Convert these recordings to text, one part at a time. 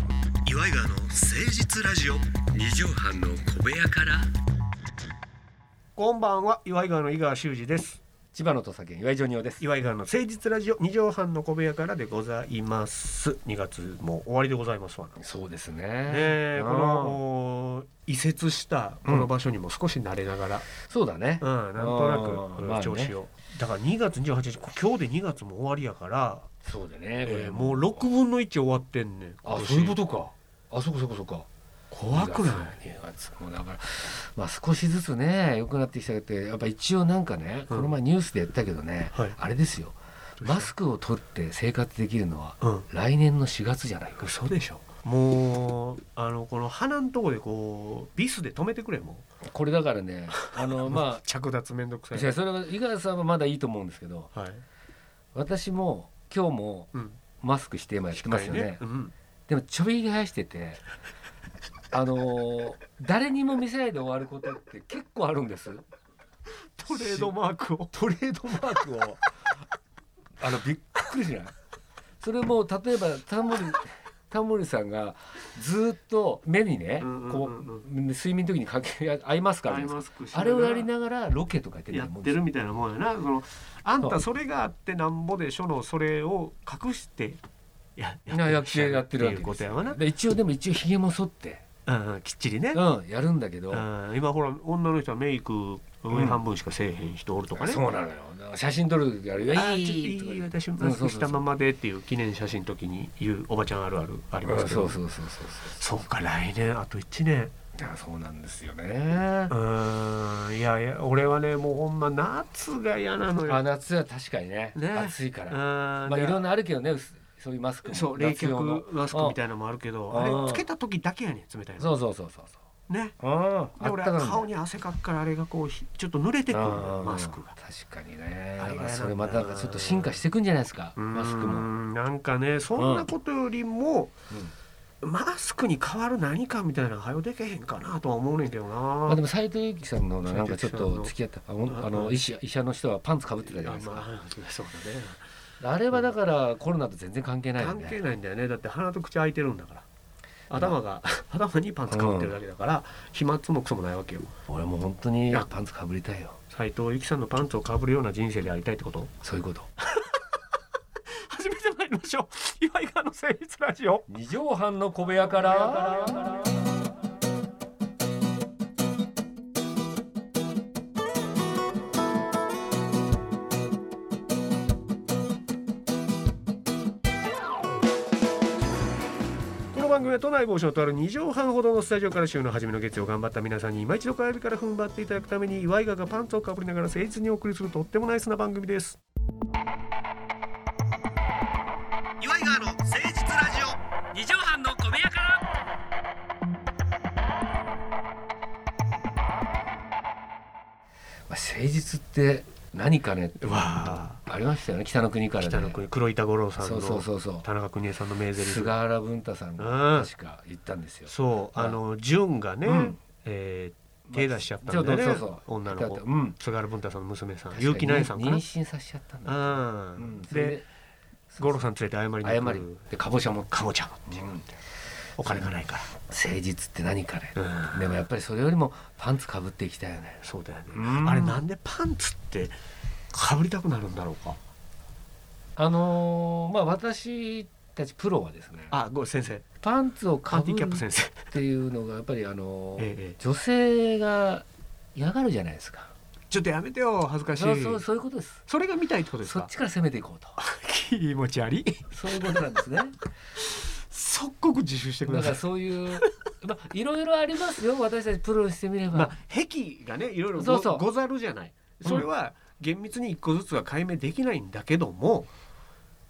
イガーの誠実ラジオ二畳半の小部屋からこんばんは岩井川の井川修司です千葉の土佐県岩井ジョニオです岩井川の誠実ラジオ二畳半の小部屋からでございます二月も終わりでございますわねそうですねえうんこのお移設したこの場所にも少し慣れながら、そうだね、うんなんとなくあーうんまあね調子を、だから2月28日今日で2月も終わりやから、そうだねこれ、えーもう6分の1終わってんねんあ今年そういうことかあそこそこそこ怖くない2月もうだからまあ少しずつね良くなってきたけどやっぱ一応なんかね、うんこの前ニュースでやったけどね、はいあれですようしたマスクを取って生活できるのはうん来年の4月じゃないか嘘でしょもうあのこの鼻のとこでこうビスで止めてくれもこれだからねあのうま着脱めんどく あさいいやそれは井川さんはまだいいと思うんですけどはい、私も今日もうん、マスクして今やってますよねうん、でもちょい返しててあのー誰にも見せないで終わることって結構あるんですトレードマークをトレードマークをあのびっくりしないそれも例えばタモリタモリさんがずっと目にねうんうんこうんう睡眠の時にかけ合いますからねスクあれをやりながらロケとかやってやもってんでするみたいなもんやなそのあんたそれがあってなんぼでしょのそれを隠してやなやってやってるわけっていうこでとすやよわな、で一応でも一応ひげも剃って、うんうん、きっちりね、うん、やるんだけど、うん、今ほら女の人はメイク上半分しかせえへん人おるとかね、そうなのよだから写真撮る時あれ「いい!」とあかーちょっと言っていい私うマんスそクうそしうそたうままでっていう記念写真の時に言うおばちゃんあるあるありうんますそうけそど、うそうそうそうそうか来年あと1年いやそうなんですよねう。ーんいやいや俺はねもうほんま夏が嫌なのよあ夏は確かにねね暑いから。ままあいろんなあるけどねうすそういうマスクもそう冷夏却用のマスクみたいなのもあるけどあああれつけた時だけやねん冷たいうんのそうそうそうそうそう。ねあで俺ったかいんだよ顔に汗かくからあれがこうひちょっと濡れてくるのうよんマスクが確かにね。あだれかがらそれまたなんかちょっと進化していくんじゃないですかマスクうーも。んなんかねそんなことよりもうんマスクに代わる何かみたいなのはよでけへんかなとは思うねんけどまあなでも斉藤由貴さんのなんかちょっと付き合ったあほんあうのん医師医者の人はパンツかぶってたじゃあないですか。まあそうだねあれはだからコロナと全然関係ないよ関ね。係ないんだよねだって鼻と口開いてるんだから頭が 頭にパンツかぶってるだけだから飛沫もクソもないわけよ俺もう本当にパンツかぶりたいよ。斉藤由貴さんのパンツをかぶるような人生でありたいってことそういうこと。初めて参りましょう岩井川の誠実ラジオ二畳半の小部屋から。この番組は都内某所とある2畳半ほどのスタジオから週の初めの月曜頑張った皆さんに今一度火曜日から踏ん張っていただくために岩井川がパンツをかぶりながら誠実にお送りするとってもナイスな番組です岩井川の誠実ラジ二畳半の小部屋から。まあ、誠実って何かね。わあありましたよね。北の国から、ね。北の国黒板五郎さんそのうそうそうそう。田中邦衛さんの名ゼリ菅フ原文太さんうがん確か言ったんですよ。そうあの潤がね、うんえー手出しちゃったんだよね、ちょっとそうそう女の子うん。菅原文太さんの娘さん結城奈絵さんか妊な娠させちゃったんだ。あうーん、それでで五郎さん連れて謝りに謝来りるでかぼちゃもかぼちゃのうんお金がないか誠実って何かね、ら、うんでもやっぱりそれよりもパンツかぶっていきたいよねそうだよね、うんあれなんでパンツってかぶりたくなるんだろうかあのーまあ私たちプロはですねあごめん先生パンツをカかンテぶィるキャップ先生っていうのがやっぱりあのーええええ女性が嫌がるじゃないですかちょっとやめてよ恥ずかしいそうそそうそういうことですれが見たいってことですそっかちから攻めていこうと気持ちありそういうことなんです ね即刻自首してくだだかさらいそういうまあいろいろありますよ私たちプロにしてみれば、まあ癖がねいろいろごそうそうござるじゃないうんそれは厳密に一個ずつは解明できないんだけども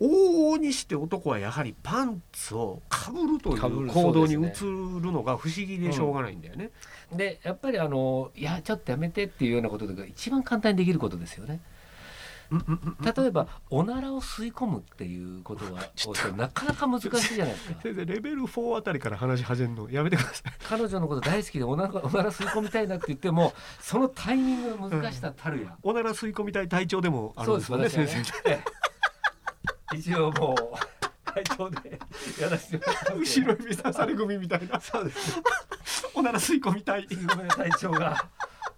往々にして男はやはりパンツをかぶるとい被るう行動に移そうるですのが不思議でしょうがないんだよね。でやっぱりあのーいやちょっとやめてっていうようなことが一番簡単にできることですよねうんうんうん例えばおならを吸い込むっていうことは ちょっとなかなか難しいじゃないですか先生レベル4あたりから話し始めるのやめてくださ い。彼女のこと大好きでおならおなら吸い込みたいなって言ってもそのタイミングが難しさたるや、おなら吸い込みたい体調でもあそる うんでですすよね先私はね生。ええ一応もう会長でやらせてもらってま す後ろ指さされ組みたいなそうですおなら吸い込みたい井上隊長 が、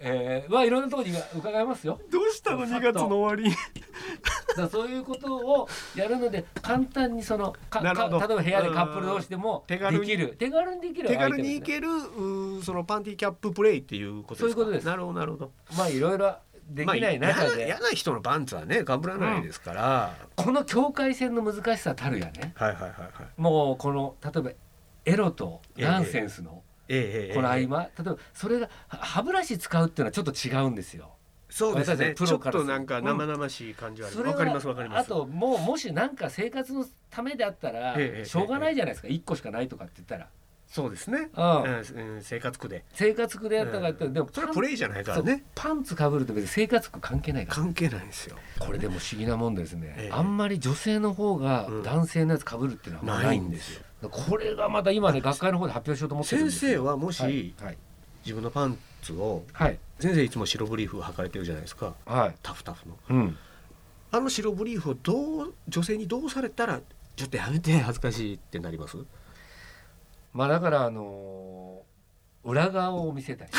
えー、まあいろんなところに伺いますよどうしたの2月の終わりにだからそういうことをやるので簡単にそのかなるかほど例えば部屋でカップル同士でも手で軽にきる手軽にできる手アイテム軽にいですねけるうーそのパンティキャッププレイっていうことですかそういうことですなるほどなるほどまあいろいろできないま中あ、で、嫌な人のパンツはねかぶらないですから、この境界線の難しさたるやねはいはいはいはいもうこの例えばエロとナンセンスのええええこの合間、例えばそれがは歯ブラシ使うっていうのはちょっと違うんですよ。そうです私たねちちプょロっからとするなんか生々しい感じはあるそれわ、はかりますわかりますあともうもしなんか生活のためであったらええしょうがないじゃないですか、一個しかないとかって言ったら。そうですね、うんうんうん、生活苦で生活苦でやったからって、でもそれはプレイじゃないからねパンパンツかぶると別に生活苦関係ないから関係ないんですよこれでも不思議なもんですね、ええあんまり女性の方がうん男性のやつかぶるっていうのはあんまないんですよこれがまた今ね学会の方で発表しようと思ってるん先です生よはもし、はい自分のパンツをはい先生いつも白ブリーフ履かれてるじゃないですかはい、はいタフタフのうん、あの白ブリーフをどう女性にどうされたらちょっとやめて恥ずかしいってなりますまあだからあのー裏側を見 せたり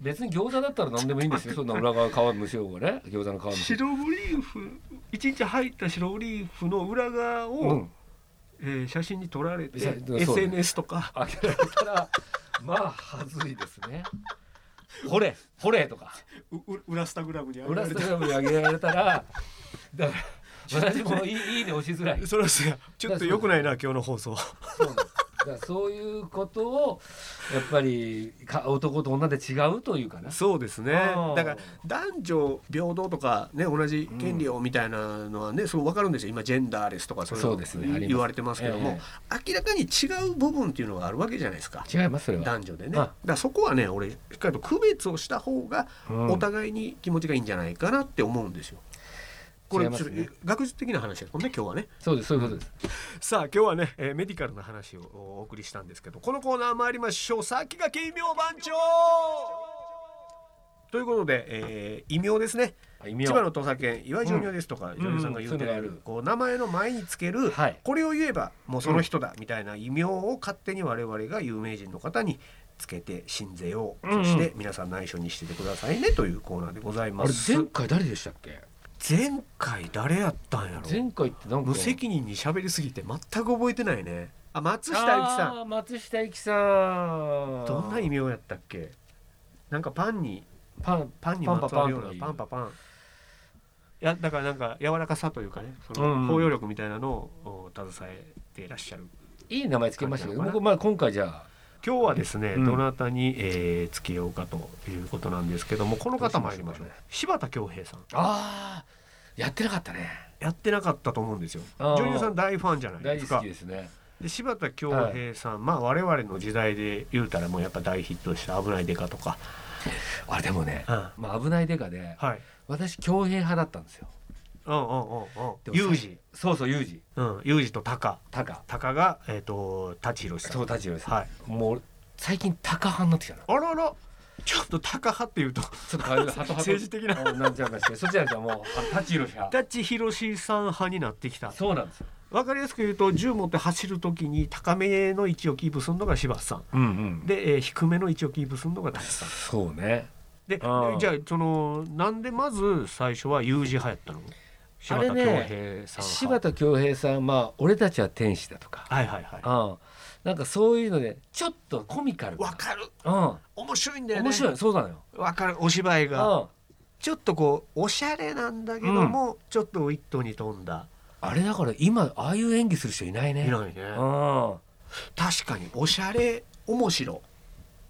別に餃子だったら何でもいいんですよそんな裏側皮むしようがね餃子の皮むしよう白ブリーフ一日入った白ブリーフの裏側を、がうんえー写真に撮られて写真そうです SNS とか開けられたらまあはずいですねほれほれとかうう裏スタグラムに上げ 裏られスタてジアムに上げられたらだから私もいいいいね押しづらいそれはそうやちょっと良くないな今日の放送そうなんですだからそういうことをやっぱりか男と女で違うというかなそうですねあーだから男女平等とかね同じ権利をみたいなのはね、そう分かるんですよ今ジェンダーレスとかそういうのそうですねあります言われてますけども、え明らかに違う部分っていうのがあるわけじゃないですか違いますそれは男女でねあだからそこはね俺しっかりと区別をした方がうんお互いに気持ちがいいんじゃないかなって思うんですよ。これ違いまちょすっとね学術的な話ですもんね今日はねそうですそういうことですさあ今日はね、えーメディカルな話をお送りしたんですけどこのコーナー参りましょう先駆け異名番長ということで、えー異名ですねあ意味千を葉の土佐犬岩井ジョニオですとか、んジョニオさんが言ってうんそういうのがあるるこう名前の前につける、はいこれを言えばもうその人だみたいな異名を勝手に我々が有名人の方につけて信ぜよう、うんうんそして皆さん内緒にしててくださいねというコーナーでございます。回誰でしたっけ前回誰やったんやろ前回ってなんか無責任に喋りすぎて全く覚えてないねあ松下由紀さあー松下由紀さんんどんな異名やったっけなんかパンにパンパンにパンまパつわるパンようなとかいうパンパパンいやだからなんか柔らかさというかねそうんうのん包容力みたいなのをお携えていらっしゃる、いい名前つけましたけど感じなのか僕まあ今回じゃあ今日はですね、うんどなたに、えーつけようかということなんですけどもこの方参りましょうどうしまし柴ょうか田恭平さんあーやってなかったねやってなかったと思うんですよあー女優さん大ファンじゃないで大す好かきですねで柴田恭平さん、まあ我々の時代で言うたらもうやっぱ大ヒットした「危ないデカ」とか、あれでもねまあ危ないデカではい私強兵派だったんですようんうんうんうんでもさ有事そうそう有事うん有事とタカタカタカがえっ、と舘ひろしさんそう立ち寄りさんはいもう俺最近タカ派になってきたなあらあらちょっとタカ派っていうとちょっと 変わるハトハト政治的なうんなんちゃうかしてそっちじゃなくてもうあ立ち寄り派舘ひろしさん派になってきたそうなんですよわかりやすく言うと銃持って走る時に高めの位置をキープするのが柴田さんうんうんで、えー低めの位置をキープするのが舘さんそうねであーじゃあそのなんでまず最初は有事派やったの柴あ田れ恭平ねさん派柴田恭平さんまあ俺たちは天使だとかはいはいはいうんなんかそういうのでちょっとコミカルわなかるう面白いんだんよね面白いそうなのよわかるお芝居がうんちょっとこうおしゃれなんだけども、ちょっと一頭に飛んだあれだから今ああいう演技する人いないねいないうんねあ確かにおしゃれ面白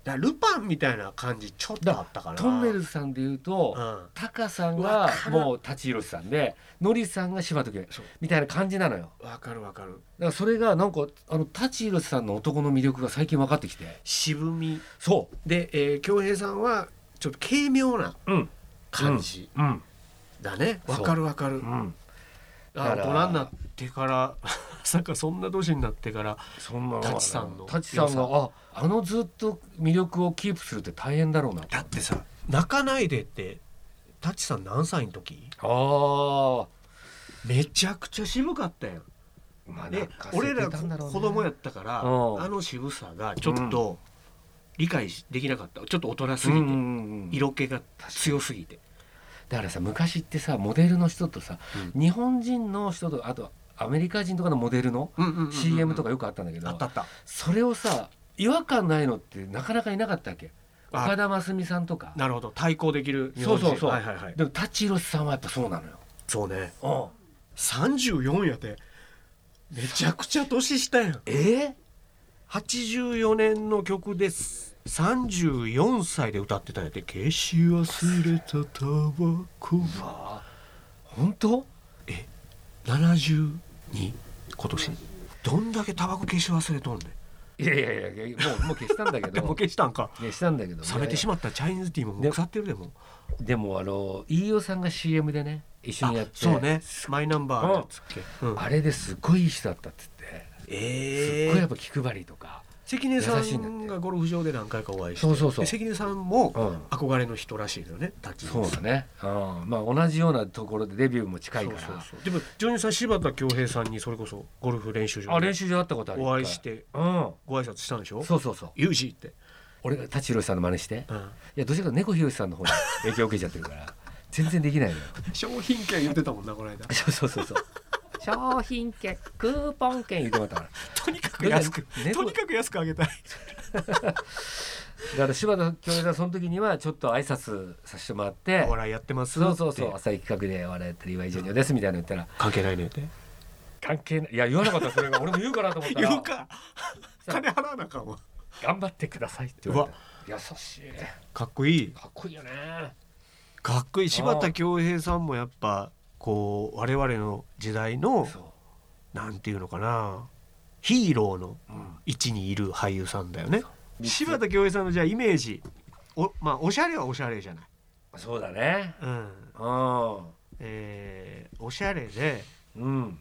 だからルパンみたいな感じちょっとあったからトンネルズさんで言うと、うんタカさんわがかるもう舘ひろしさんでノリさんが柴田君そうみたいな感じなのよわかるわかるだからそれがなんかあの舘ひろしさんの男の魅力が最近分かってきて渋みそでえー恭平、さんはちょっと軽妙なううん感じうんだねうんわ、かるわかる、うんあだ大人にからなってから なんかそんな年になってからそんな舘さんの舘さんがああのずっと魅力をキープするって大変だろうなだってさ泣かないでって舘さん何歳の時あーめちゃくちゃ渋かったよまあで俺ら子供やったからあうんの渋さがちょっと理解しできなかったちょっと大人すぎてて色気が強すぎてだからさ昔ってさモデルの人とさ、日本人の人とあとアメリカ人とかのモデルの CM とかよくあったんだけど、あったあったそれをさ違和感ないのってなかなかいなかったわけあ岡田真澄さんとかなるほど対抗できる日そ本う人そうそう、はいはいはいでも舘ひろしさんはやっぱそうなのよそうねうん34やでめちゃくちゃ年下やんえ84年の曲です34歳で歌ってたんやって「消し忘れたタバコー、わあ本当」 72今年どんだけタバコ消し忘れとんねんいやいやいやいやもうもう消した んだけど消したんか消したんだけど冷めてしまったチャイニーズティーももう腐ってるでもいやでもあの飯尾さんが CM でね一緒あにやってそうねマイナンバーのやつっけ、うんあれですっごいいい人だったって言ってすっえごいやっー、ぱ気配りとか、関根さ優しいんだんっがゴルフ場で何回かお会いしてそうそうそうで関根さんもうん憧れの人らしいのよねタッチそうだね、うん、まあ同じようなところでデビューも近いそかうらそうそうでもジョニーさん柴田恭平さんにそれこそゴルフ練習場あ練習習場あったことあるお会いしてうんご挨拶したんでしょそうそうそうユージって、俺が舘ひろしさんの真似してうん、いやどちらかというと猫ひろしさんの方 に影響を受けちゃってるから全然できないのよ商品券言ってたもんなこの間そうそうそうそう商品券クーポン券言ってもらったからとにかく 安くとにかく安くあげたいだから柴田恭平さんその時にはちょっと挨拶させてもらってお笑いやってますそうそうそっうて浅い企画で笑ってる岩井ジョニオですみたいなの言ったら関係ないねって関係ないいや言わなかったそれが俺も言うかなと思った ら言うか金払わなあかんわ頑張ってくださいって言われて優しいかっこいいかっこいいよねかっこいい柴田恭平さんもやっぱこう我々の時代のそうなんていうのかなヒーローのうん位置にいる俳優さんだよね三つ柴田恭平さんのじゃあイメージおまあおしゃれはおしゃれじゃない、そうだねうんうえーおしゃれでんうん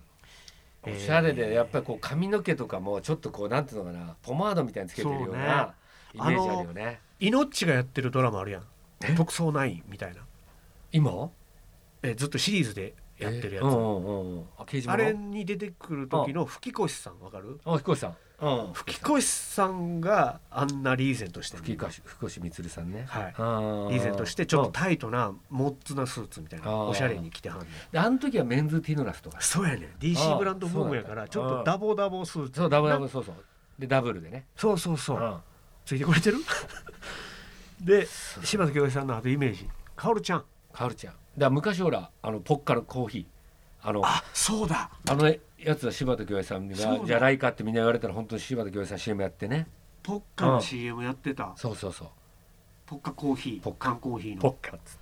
おしゃれでやっぱりこう髪の毛とかもちょっとこうなんていうのかなポマードみたいにつけてるようなイそうメねージあるよね命がやってるドラマあるやん「特捜9」みたいな、今えーずっとシリーズでやってるやつ、えうんうんうんあ刑事あ物れに出てくる時の吹越さんわかるあ、ひこしさん。うん。吹越さんがあんなリーゼントしてるふきかし、ふこしみつるさんね。はいあリーゼントしてちょっとタイトなモッツなスーツみたいあなーおしゃれに着てはんねんと。あの時はメンズティーノラスとか。そうやねんあ DC ーブランドブームやからちそうょっなんとだダボダボスーツそう、ダブダブ、そうそう。で、ダブルでね。。そうそうそううんついてくれ てるで柴田恭平さんのあとイメージカオルちゃんカルチャー。だから昔ほら、あのポッカのコーヒー。あの、あそうだのやつは柴田恭平さんがそうだじゃないかってみんな言われたら本当に柴田恭平さん CM やってねポッカの CM やってたそうそうそうポッカコーヒポッーカ缶コーヒーポのッカっつっ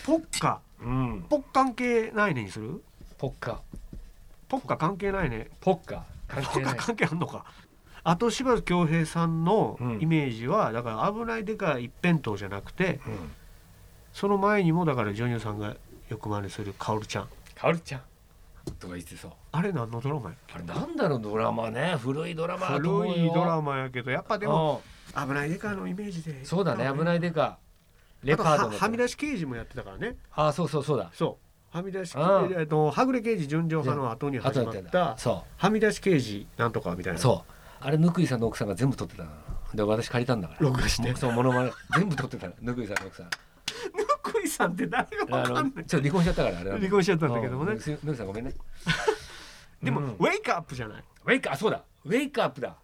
てポッカうんポッカン系ないねにするポッカポッカ関係ないねポッカ関ポ係ッなカい関係あんのかあと柴田恭平さんのうんイメージはだから危ないでかい一辺倒じゃなくてうんその前にもだからジョニオさんがよく真似するカオルちゃんカルチャーとか言ってそうあれ何のドラマやあれなんだろうドラマね古いドラマだと思う古よいドラマやけどやっぱでもうん危ないでかのイメージでそうだね、危ないいでか。レあパとードはの。はみ出し刑事もやってたからねあそうそうそうだ。そうはみ出しああえっとはぐれ刑事純情派の後にあ始とまっやってた。たそ。はみ出し刑事なんとかみたいうなそう。あれ、ぬくいさんの奥さんが全部撮ってたな。で、私借りたんだから。録画してそう、モノマネ、全部撮ってたな。ぬくいさんの奥さん。ぬくいさんって誰があわかの、んちなょいっと離婚しちゃったから、あれなんだ。離婚しちゃったんだけどもねうんぬくいぬくいさん、ごめんね。でも、うんウェイクアップじゃないウェイク、あ、そうだ。ウェイクアップだ。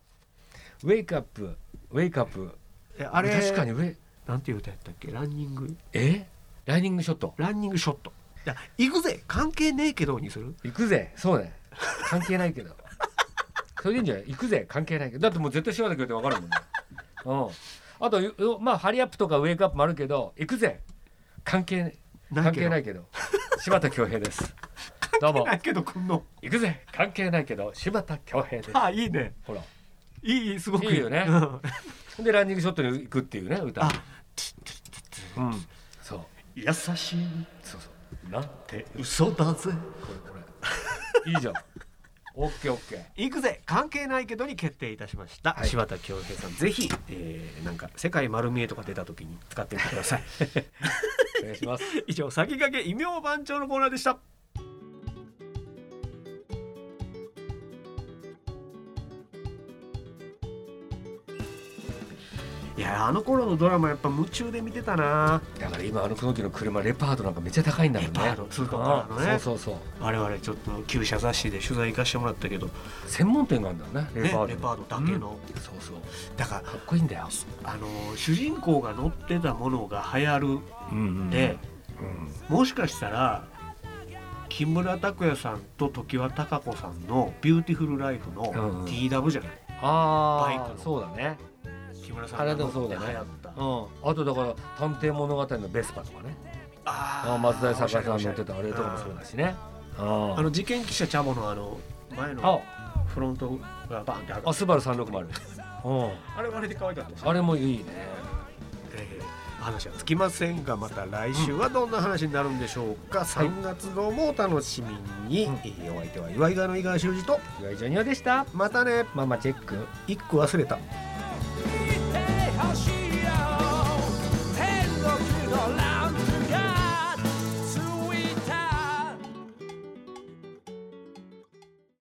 ウェイクアップ。ウェイクアップ。えあれ確かに、ウェイ。なんていう歌やったっけランニングえ。ライニングショット。ランニングショットいや行くぜ関係ねえけどにする行くぜ。そうね。関係ないけど。 それでいいんじゃない行くぜ。関係ないけど。だってもう絶対柴田君って分かるもんね。うん。あとよ、よまあ、ハリアップとかウェイクアップもあるけど、行くぜ。関係、関係ないいけど。 柴田恭平です。どうもな。いけどくんの行くぜ。関係ないけど、柴田恭平です。ああいいねほら。いいいいすごくいいいいよねうんで、ランニングショットに行くっていうね、歌あ。うん。そう。優しいっそうそう。なんて嘘だぜこれ、こ れ。いいじゃん。オッケー、オッケー。行くぜ関係ないけどに決定いたしました、はい柴田恭平さんぜひ、えー、なんか世界丸見えとか出た時に使ってみてくださいお願いします。以上先駆け異名番長のコーナーでしたいやあの頃のドラマやっぱ夢中で見てたなだから今あの時の車レパードなんかめっちゃ高いんだもんねレパード通貨からのねうんそうそうそう我々ちょっと旧社雑誌で取材行かしてもらったけど、ね、専門店があるんだよねレレパパードードだけうんの、そうそうだからかっこいいんだよあのー主人公が乗ってたものが流行るうんうんんで、もしかしたら木村拓哉さんと常盤貴子さんの「ビューティフルライフ」のうんうん TW じゃない、バイあクあのそうだね木村さんあがれ乗でっもそうてだ流ね行った、うんあとだから探偵物語のベスパとかねあーあ松田坂さおんしゃ乗っれておしゃたれあれとかもそうだしねああの事件記者チャボのあの前のあフロントがバンってあるあスバルあ360うんれはあれで可愛かったですねあれもいいねえー話はつきませんがまた来週はどんな話になるんでしょうか、3月号もお楽しみに、うんえーお相手は岩井川の井川修司と岩井ジョニオでしたまたねママチェック一句忘れた